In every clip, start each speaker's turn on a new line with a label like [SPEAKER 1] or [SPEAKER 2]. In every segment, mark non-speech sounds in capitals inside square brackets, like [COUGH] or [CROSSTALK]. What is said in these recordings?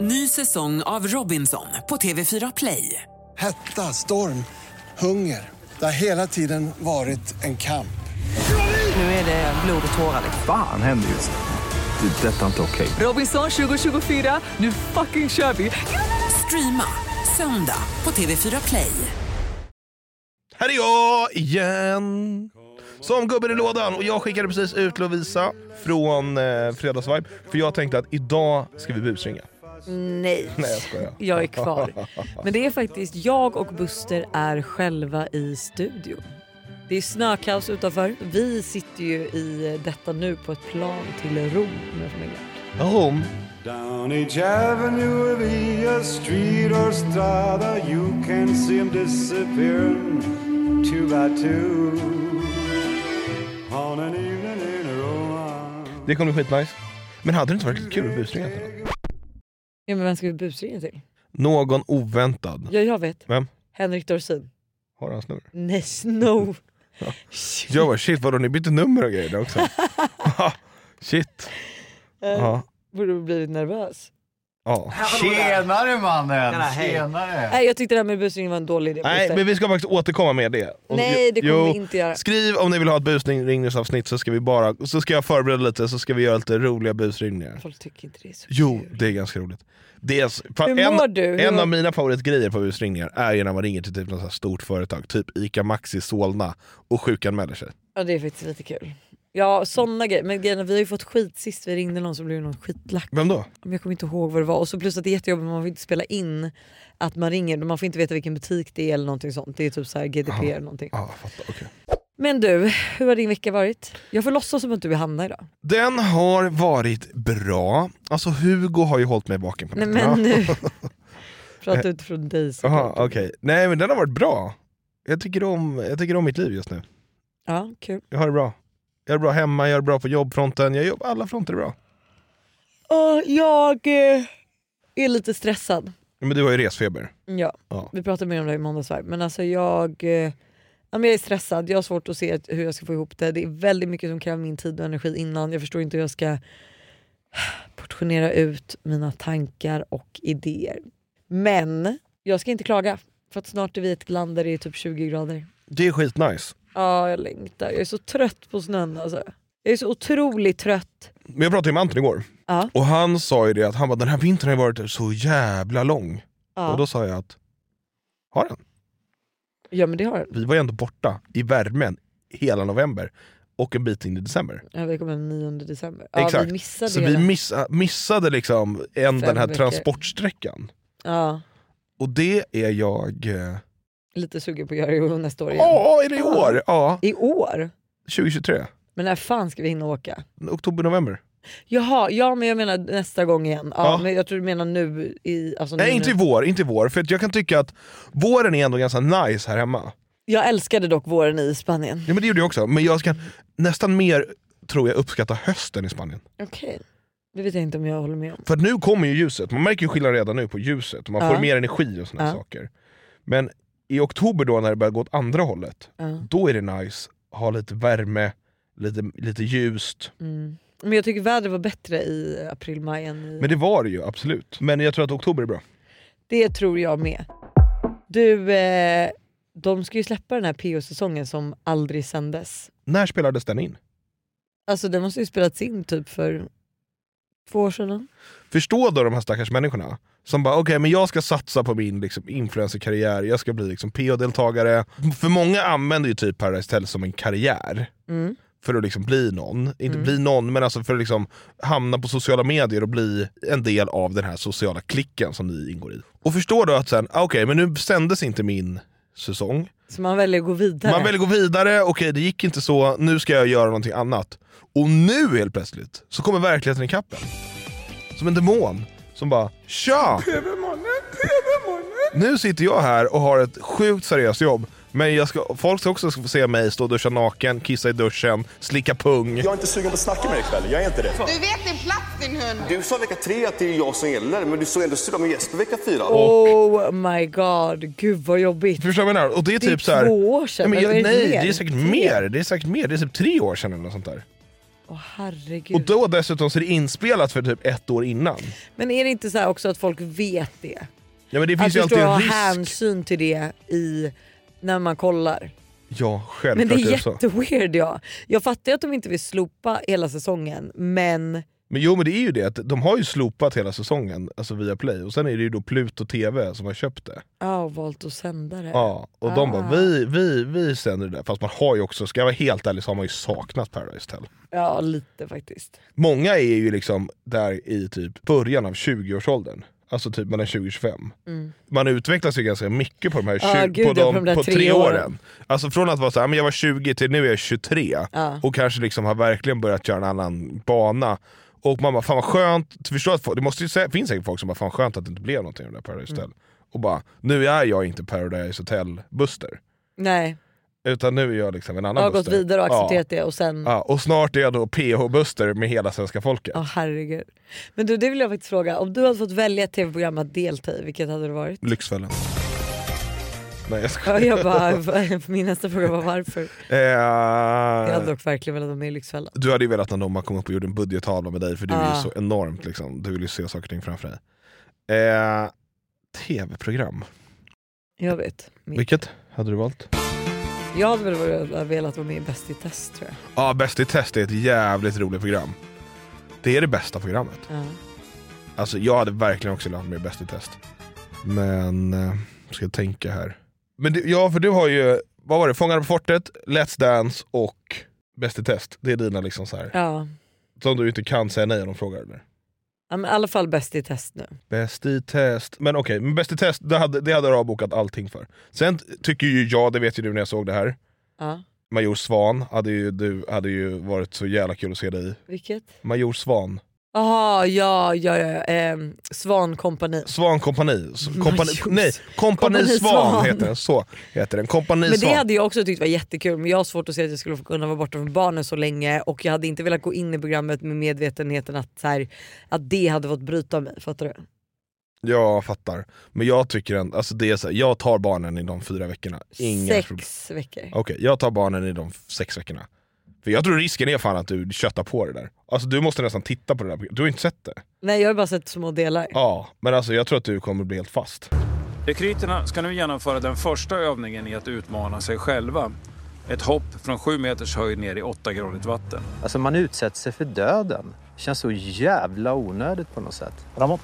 [SPEAKER 1] Ny säsong av Robinson på TV4 Play.
[SPEAKER 2] Hetta, storm, hunger. Det har hela tiden varit en kamp.
[SPEAKER 1] Nu är det blod och tårar. liksom.
[SPEAKER 3] Fan händer just nu. Det. är Detta är inte okej.
[SPEAKER 1] Robinson 2024, nu fucking kör vi! Streama söndag på TV4 Play.
[SPEAKER 4] Här är jag igen! Som gubben i lådan och jag skickade precis ut Lovisa från eh, Fredagsvibe för jag tänkte att idag ska vi busringa.
[SPEAKER 5] Nej,
[SPEAKER 4] Nej jag skojar.
[SPEAKER 5] jag är kvar. Men det är faktiskt jag och Buster är själva i studion. Det är snökaos utanför. Vi sitter ju i detta nu på ett plan till Rom med familjen.
[SPEAKER 4] Hon,
[SPEAKER 6] Down each avenue via street or strada, you can see 'em disappearing two by two. On an evening in Roma.
[SPEAKER 4] det kommer bli skitnice. Men hade det inte varit lite kul att busringa till någon?
[SPEAKER 5] Ja, men vem ska vi busringa till?
[SPEAKER 4] Någon oväntad.
[SPEAKER 5] Ja, jag vet.
[SPEAKER 4] Vem?
[SPEAKER 5] Henrik Dorsin.
[SPEAKER 4] Har han snurr?
[SPEAKER 5] Nej, no.
[SPEAKER 4] Jag bara shit vadå ni bytte nummer och grejer där också? [LAUGHS] shit. Ja.
[SPEAKER 5] Borde du blivit nervös?
[SPEAKER 4] ja.
[SPEAKER 7] Tjenare mannen! Tjenare!
[SPEAKER 5] Nej, jag tyckte det här med busringen var en dålig idé.
[SPEAKER 4] Nej
[SPEAKER 5] Buster.
[SPEAKER 4] men vi ska faktiskt återkomma med det. Och-
[SPEAKER 5] Nej, det kommer
[SPEAKER 4] jo,
[SPEAKER 5] vi inte göra.
[SPEAKER 4] Skriv om ni vill ha ett busringningsavsnitt så ska vi bara, så ska jag förbereda lite så ska vi göra lite roliga busringningar.
[SPEAKER 5] Folk tycker inte det är så
[SPEAKER 4] Jo,
[SPEAKER 5] kul.
[SPEAKER 4] det är ganska roligt. Det är, s- fa-
[SPEAKER 5] Hur
[SPEAKER 4] en
[SPEAKER 5] mår du? Hur
[SPEAKER 4] en
[SPEAKER 5] mår-
[SPEAKER 4] av mina favoritgrejer på busringningar är ju när man ringer till typ något så här stort företag, typ ICA Maxi Solna och sjukanmäler sig.
[SPEAKER 5] Ja, det är faktiskt lite kul. Ja, såna grejer. Men grejen är, vi har ju fått skit sist vi ringde någon så blev det någon skitlack.
[SPEAKER 4] Vem då?
[SPEAKER 5] Men jag kommer inte ihåg vad det var. Och så plus att det är jättejobbigt, man får inte spela in att man ringer. Man får inte veta vilken butik det är eller någonting sånt. Det är typ så här GDPR eller någonting.
[SPEAKER 4] Ah, fattar, okej.
[SPEAKER 5] Men du, hur har din vecka varit? Jag får låtsas som att du är Hanna idag.
[SPEAKER 4] Den har varit bra. Alltså Hugo har ju hållit mig vaken på
[SPEAKER 5] Nej
[SPEAKER 4] natten.
[SPEAKER 5] men
[SPEAKER 4] Ja. [LAUGHS]
[SPEAKER 5] nu. Prata utifrån dig såklart.
[SPEAKER 4] Jaha, okej. Nej men den har varit bra. Jag tycker, om, jag tycker om mitt liv just nu.
[SPEAKER 5] Ja, kul.
[SPEAKER 4] Jag har det bra. Jag har det bra hemma, jag har det bra på jobbfronten, jag jobb, alla fronter är bra.
[SPEAKER 5] Och jag eh, är lite stressad.
[SPEAKER 4] Men du har ju resfeber.
[SPEAKER 5] Ja,
[SPEAKER 4] Ja.
[SPEAKER 5] vi pratade mer om det i måndags va? Men alltså jag, eh, ja, men jag är stressad, jag har svårt att se att- hur jag ska få ihop det. Det är väldigt mycket som kräver min tid och energi innan. Jag förstår inte hur jag ska portionera ut mina tankar och idéer. Men jag ska inte klaga för att snart är vi i ett land där det är typ 20 grader.
[SPEAKER 4] Det är skitnice.
[SPEAKER 5] Ja, jag längtar. Jag är så trött på snön alltså. Jag är så otroligt trött.
[SPEAKER 4] Men jag pratade ju med Anton igår
[SPEAKER 5] Ja.
[SPEAKER 4] och han sa ju det att han bara, den här vintern har ju varit så jävla lång. Och
[SPEAKER 5] Ja,
[SPEAKER 4] då sa jag att, har den?
[SPEAKER 5] ja men det har den.
[SPEAKER 4] Vi var ju ändå borta i värmen hela november och en bit in i december.
[SPEAKER 5] Ja, vi kommer den 9 december. Ja,
[SPEAKER 4] Exakt.
[SPEAKER 5] Vi missade
[SPEAKER 4] Så
[SPEAKER 5] hela-
[SPEAKER 4] vi missa, missade liksom en,
[SPEAKER 5] Fem
[SPEAKER 4] den här
[SPEAKER 5] veckor.
[SPEAKER 4] transportsträckan.
[SPEAKER 5] ja,
[SPEAKER 4] Och det är jag... eh,
[SPEAKER 5] lite sugen på att göra det nästa år igen.
[SPEAKER 4] Ja, är det i år? Ja,
[SPEAKER 5] I år?
[SPEAKER 4] 2023.
[SPEAKER 5] Men när fan ska vi hinna åka?
[SPEAKER 4] Oktober, november.
[SPEAKER 5] Jaha, ja men jag menar nästa gång igen. Ja,
[SPEAKER 4] Ja.
[SPEAKER 5] Men jag tror du menar nu i... Alltså nu,
[SPEAKER 4] Nej, inte i
[SPEAKER 5] nu.
[SPEAKER 4] vår. Inte i vår för att jag kan tycka att våren är ändå ganska nice här hemma.
[SPEAKER 5] Jag älskade dock våren i Spanien.
[SPEAKER 4] Ja, men det gjorde jag också. Men jag ska nästan mer, tror jag, uppskatta hösten i Spanien.
[SPEAKER 5] Okej. Det vet jag inte om jag håller med om.
[SPEAKER 4] För att nu kommer ju ljuset. Man märker ju skillnad redan nu på ljuset. Man får
[SPEAKER 5] Ja.
[SPEAKER 4] mer energi och såna här
[SPEAKER 5] Ja.
[SPEAKER 4] saker. Men i oktober då när det börjar gå åt andra hållet,
[SPEAKER 5] Ja.
[SPEAKER 4] då är det nice. Ha lite värme, lite, lite ljust.
[SPEAKER 5] Mm. Men jag tycker vädret var bättre i april-maj än i...
[SPEAKER 4] Men det var det ju absolut. Men jag tror att oktober är bra.
[SPEAKER 5] Det tror jag med. Du, eh, de ska ju släppa den här PO-säsongen som aldrig sändes.
[SPEAKER 4] När spelades den in?
[SPEAKER 5] Alltså den måste ju spelats in typ för två år sedan.
[SPEAKER 4] Förstå då de här stackars människorna som bara okej men jag ska satsa på min liksom, influencerkarriär, jag ska bli liksom, PO-deltagare. För många använder ju typ Paradise Hotel som en karriär
[SPEAKER 5] Mm.
[SPEAKER 4] för att liksom bli någon. Inte bli någon men alltså för att liksom hamna på sociala medier och bli en del av den här sociala klicken som ni ingår i. Och förstå då att sen, ah, okej men nu sändes inte min säsong.
[SPEAKER 5] Så man väljer att gå vidare.
[SPEAKER 4] Man vill gå vidare, okej det gick inte så, nu ska jag göra någonting annat. Och nu helt plötsligt så kommer verkligheten ikapp en. Som en demon som bara tja! Nu sitter jag här och har ett sjukt seriöst jobb. Men jag ska, folk ska också få se mig stå och duscha naken, kissa i duschen, slicka pung.
[SPEAKER 8] Jag är inte sugen på att snacka med dig ikväll. Jag är inte det.
[SPEAKER 9] Du vet din plats din hund.
[SPEAKER 8] Du sa vecka tre att det är jag som gäller, men du sa ändå sura med Jesper vecka fyra.
[SPEAKER 5] Oh my god, gud vad jobbigt.
[SPEAKER 4] Förstår du vad jag menar? Och det är
[SPEAKER 5] Det är
[SPEAKER 4] typ så här,
[SPEAKER 5] två år sedan,
[SPEAKER 4] Nej, men jag,
[SPEAKER 5] eller är det
[SPEAKER 4] nej
[SPEAKER 5] mer?
[SPEAKER 4] det är säkert
[SPEAKER 5] Tre?
[SPEAKER 4] mer. Det är säkert mer. Det är typ tre år sedan eller något sånt där.
[SPEAKER 5] Åh herregud.
[SPEAKER 4] Och då dessutom så är det inspelat för typ ett år innan.
[SPEAKER 5] Men är det inte så här också att folk vet det?
[SPEAKER 4] Ja, men det finns
[SPEAKER 5] att
[SPEAKER 4] ju alltid
[SPEAKER 5] förstå
[SPEAKER 4] en
[SPEAKER 5] ha
[SPEAKER 4] risk.
[SPEAKER 5] hänsyn till det i, när man kollar.
[SPEAKER 4] Ja,
[SPEAKER 5] Men det
[SPEAKER 4] självklart
[SPEAKER 5] är
[SPEAKER 4] är det så.
[SPEAKER 5] jätteweird ja. Jag fattar ju att de inte vill slopa hela säsongen men
[SPEAKER 4] Men jo men det är ju det, att de har ju slopat hela säsongen alltså via Play och sen är det ju då Pluto TV som har köpt det.
[SPEAKER 5] ja, och valt att sända det.
[SPEAKER 4] Ja, och de bara
[SPEAKER 5] Äh, Ah.
[SPEAKER 4] vi, vi, vi sänder det där. Fast man har ju också, ska jag vara helt ärlig så har man ju saknat Paradise Hotel.
[SPEAKER 5] Ja lite faktiskt.
[SPEAKER 4] Många är ju liksom där i typ början av 20-årsåldern. Alltså typ mellan 20 och 25. Man utvecklas ju ganska mycket på de här
[SPEAKER 5] Mm. Ja,
[SPEAKER 4] 20,
[SPEAKER 5] gud,
[SPEAKER 4] på
[SPEAKER 5] ja,
[SPEAKER 4] de,
[SPEAKER 5] på de där
[SPEAKER 4] på
[SPEAKER 5] tre
[SPEAKER 4] tre
[SPEAKER 5] åren.
[SPEAKER 4] åren. Alltså från att vara så här, men jag var 20 till nu är jag 23 och kanske liksom har verkligen börjat köra en annan bana. Och man bara, fan vad skönt, förstår att folk, det måste ju, sä- finns säkert folk som bara, fan skönt att det inte blev någonting av det där Paradise
[SPEAKER 5] Mm.
[SPEAKER 4] Hotel. Och bara, nu är jag inte Paradise Hotel-Buster.
[SPEAKER 5] Nej,
[SPEAKER 4] Utan nu är jag liksom en annan
[SPEAKER 5] jag har gått
[SPEAKER 4] Buster.
[SPEAKER 5] vidare och accepterat
[SPEAKER 4] ja.
[SPEAKER 5] det och sen
[SPEAKER 4] Ja, och snart är jag då PH-Buster med hela svenska folket.
[SPEAKER 5] Ja herregud. Men du det vill jag faktiskt fråga, om du hade fått välja ett tv-program att delta i, vilket hade det varit?
[SPEAKER 4] Lyxfällan. Nej jag skojar.
[SPEAKER 5] Ja, jag bara, [LAUGHS] min nästa fråga var varför? Jag hade
[SPEAKER 4] Eh,
[SPEAKER 5] dock verkligen velat vara med i Lyxfällan.
[SPEAKER 4] du hade ju velat när de kom upp och gjorde en budgettavla med dig för du är
[SPEAKER 5] Ah.
[SPEAKER 4] ju så enormt liksom. Du vill ju se saker och ting framför dig. Eh, Tv-program.
[SPEAKER 5] Jag vet. Min.
[SPEAKER 4] Vilket hade du valt? Ja,
[SPEAKER 5] Jag hade väl velat- velat vara med i Bäst i test tror jag.
[SPEAKER 4] ah, Bäst i test är ett jävligt roligt program. Det är det bästa programmet.
[SPEAKER 5] Ja.
[SPEAKER 4] Alltså jag hade verkligen också velat med Bäst i test. Men, eh, ska jag tänka här. Men du, ja, för du har ju, vad var det? Fångarna på fortet, Let's Dance och Bäst i test. Det är dina liksom så här.
[SPEAKER 5] Ja.
[SPEAKER 4] Som du inte kan säga nej om de frågar eller?
[SPEAKER 5] Ja, men I alla fall Bäst i test nu.
[SPEAKER 4] Bäst i test. Men okej, men bäst i test, det hade, det hade du avbokat allting för. Sen t- tycker ju jag, det vet ju du när jag såg det här,
[SPEAKER 5] Ja.
[SPEAKER 4] Major Svan hade ju, du, hade ju varit så jävla kul att se dig i.
[SPEAKER 5] Vilket?
[SPEAKER 4] Major Svan.
[SPEAKER 5] Jaha, ja, ja, ja. Ehm, Svankompani.
[SPEAKER 4] Svan kompani. S- kompani
[SPEAKER 5] Major-
[SPEAKER 4] nej, kompani,
[SPEAKER 5] Kompani
[SPEAKER 4] Svan,
[SPEAKER 5] Svan.
[SPEAKER 4] heter den. Så heter den. Kompani
[SPEAKER 5] Men det
[SPEAKER 4] Svan.
[SPEAKER 5] hade jag också tyckt var jättekul men jag har svårt att se att jag skulle få kunna vara borta från barnen så länge och jag hade inte velat gå in i programmet med medvetenheten att, så här, att det hade fått bryta mig. Fattar du?
[SPEAKER 4] Jag fattar. Men jag tycker en, alltså det är så här, jag tar barnen i de fyra veckorna. Inga
[SPEAKER 5] Sex
[SPEAKER 4] problem.
[SPEAKER 5] veckor.
[SPEAKER 4] Okej, jag tar barnen i de f- sex veckorna. För jag tror risken är fan att du köttar på det där. Alltså du måste nästan titta på det där. programmet. Du har inte sett det.
[SPEAKER 5] Nej jag har bara sett små delar.
[SPEAKER 4] Ja, men alltså jag tror att du kommer bli helt fast.
[SPEAKER 10] Rekryterna ska nu genomföra den första övningen i att utmana sig själva. Ett hopp från 7 meters höjd ner i 8 gradigt vatten.
[SPEAKER 7] Alltså man utsätts sig för döden. Det känns så jävla onödigt på något sätt. Framåt.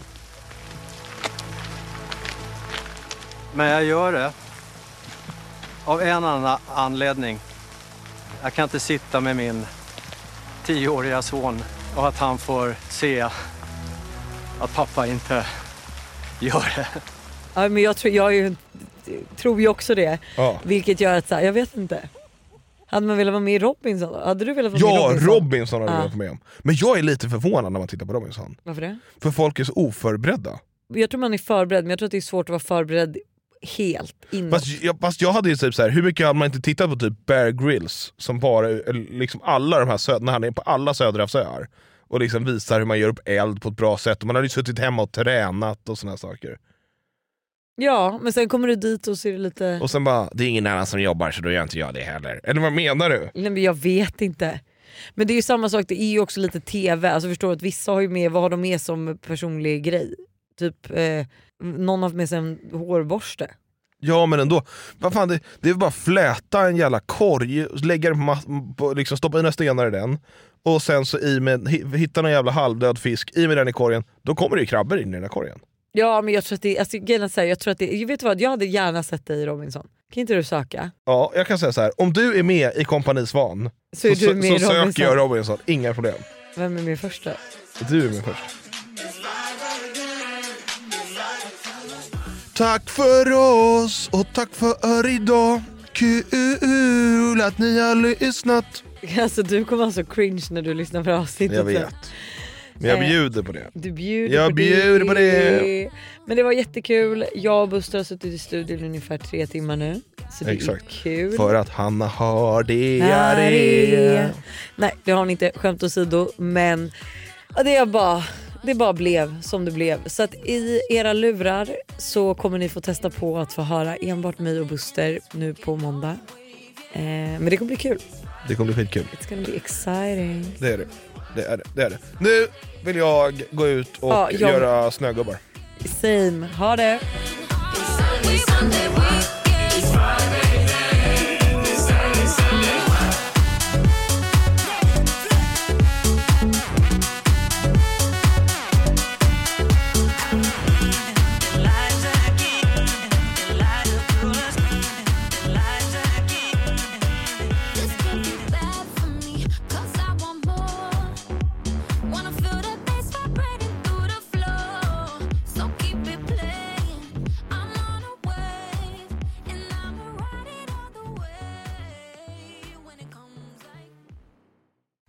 [SPEAKER 7] Men jag gör det. Av en annan anledning. Jag kan inte sitta med min tioåriga son och att han får se att pappa inte gör det.
[SPEAKER 5] Ja, men jag tror, jag är ju, tror ju också det.
[SPEAKER 4] Ja,
[SPEAKER 5] Vilket gör att så här, jag vet inte. Hade man velat vara med i Robinson då? Hade du velat vara med i
[SPEAKER 4] ja
[SPEAKER 5] Robinson?
[SPEAKER 4] Robinson har du
[SPEAKER 5] Ja.
[SPEAKER 4] varit med om. Men jag är lite förvånad när man tittar på Robinson.
[SPEAKER 5] Varför det?
[SPEAKER 4] För folk är så oförberedda.
[SPEAKER 5] Jag tror man är förberedd men jag tror att det är svårt att vara förberedd helt innan.
[SPEAKER 4] Fast jag, fast jag hade ju typ så här, hur mycket hade man inte tittat på typ Bear Grylls? Som bara, eller liksom alla de här söd, när han är på alla Söderhavsöar. Och liksom visar hur man gör upp eld på ett bra sätt. Och man hade ju suttit hemma och tränat och såna här saker.
[SPEAKER 5] Ja men sen kommer du dit och ser det lite...
[SPEAKER 4] Och sen bara, det är ingen annan som jobbar så då gör inte jag det heller. Eller vad menar du?
[SPEAKER 5] Nej men jag vet inte. Men det är ju samma sak, det är ju också lite TV. Alltså förstår du att vissa har ju med, vad har de med som personlig grej? Typ eh, någon har haft med sig en hårborste.
[SPEAKER 4] Ja men ändå, vad fan, det, det är väl bara att fläta en jävla korg, lägga den på, ma- på liksom, stoppa i några stenar i den och sen så i med, hi- hitta någon jävla halvdöd fisk, i med den i korgen, då kommer det ju krabbor in i den där korgen.
[SPEAKER 5] Ja men jag tror att det, alltså, grejen är så här, jag tror att det, vet du vad jag hade gärna sett dig i Robinson. Kan inte du söka?
[SPEAKER 4] Ja, jag kan säga så här. om du är med i Kompani Svan
[SPEAKER 5] Så är
[SPEAKER 4] så,
[SPEAKER 5] du med
[SPEAKER 4] så
[SPEAKER 5] i
[SPEAKER 4] söker
[SPEAKER 5] Robinson.
[SPEAKER 4] jag Robinson, inga problem.
[SPEAKER 5] Vem är med först då?
[SPEAKER 4] Du är med först. Tack för oss och tack för idag. Kul att ni har lyssnat.
[SPEAKER 5] [LAUGHS] Alltså du kommer vara så cringe när du lyssnar på avsnittet.
[SPEAKER 4] Jag
[SPEAKER 5] sen.
[SPEAKER 4] vet. Men jag
[SPEAKER 5] Eh,
[SPEAKER 4] bjuder på det.
[SPEAKER 5] Du bjuder
[SPEAKER 4] Jag
[SPEAKER 5] på
[SPEAKER 4] bjuder
[SPEAKER 5] det.
[SPEAKER 4] på det.
[SPEAKER 5] Men det var jättekul. Jag och Buster har suttit i studion i ungefär tre timmar nu. Så det är
[SPEAKER 4] Exakt.
[SPEAKER 5] kul.
[SPEAKER 4] För att Hanna har diarré.
[SPEAKER 5] Diarré. Nej det har hon inte, skämt åsido. Men ja, det, är bara, det bara blev som det blev. Så att i era lurar så kommer ni få testa på att få höra enbart mig och Buster nu på måndag. Eh, men det kommer bli kul.
[SPEAKER 4] Det kommer bli skitkul.
[SPEAKER 11] It's gonna be exciting.
[SPEAKER 4] Det är det. Det är det. det, är det. Nu vill jag gå ut och
[SPEAKER 11] Ja, jag-
[SPEAKER 4] göra snögubbar.
[SPEAKER 11] Same. Ha det.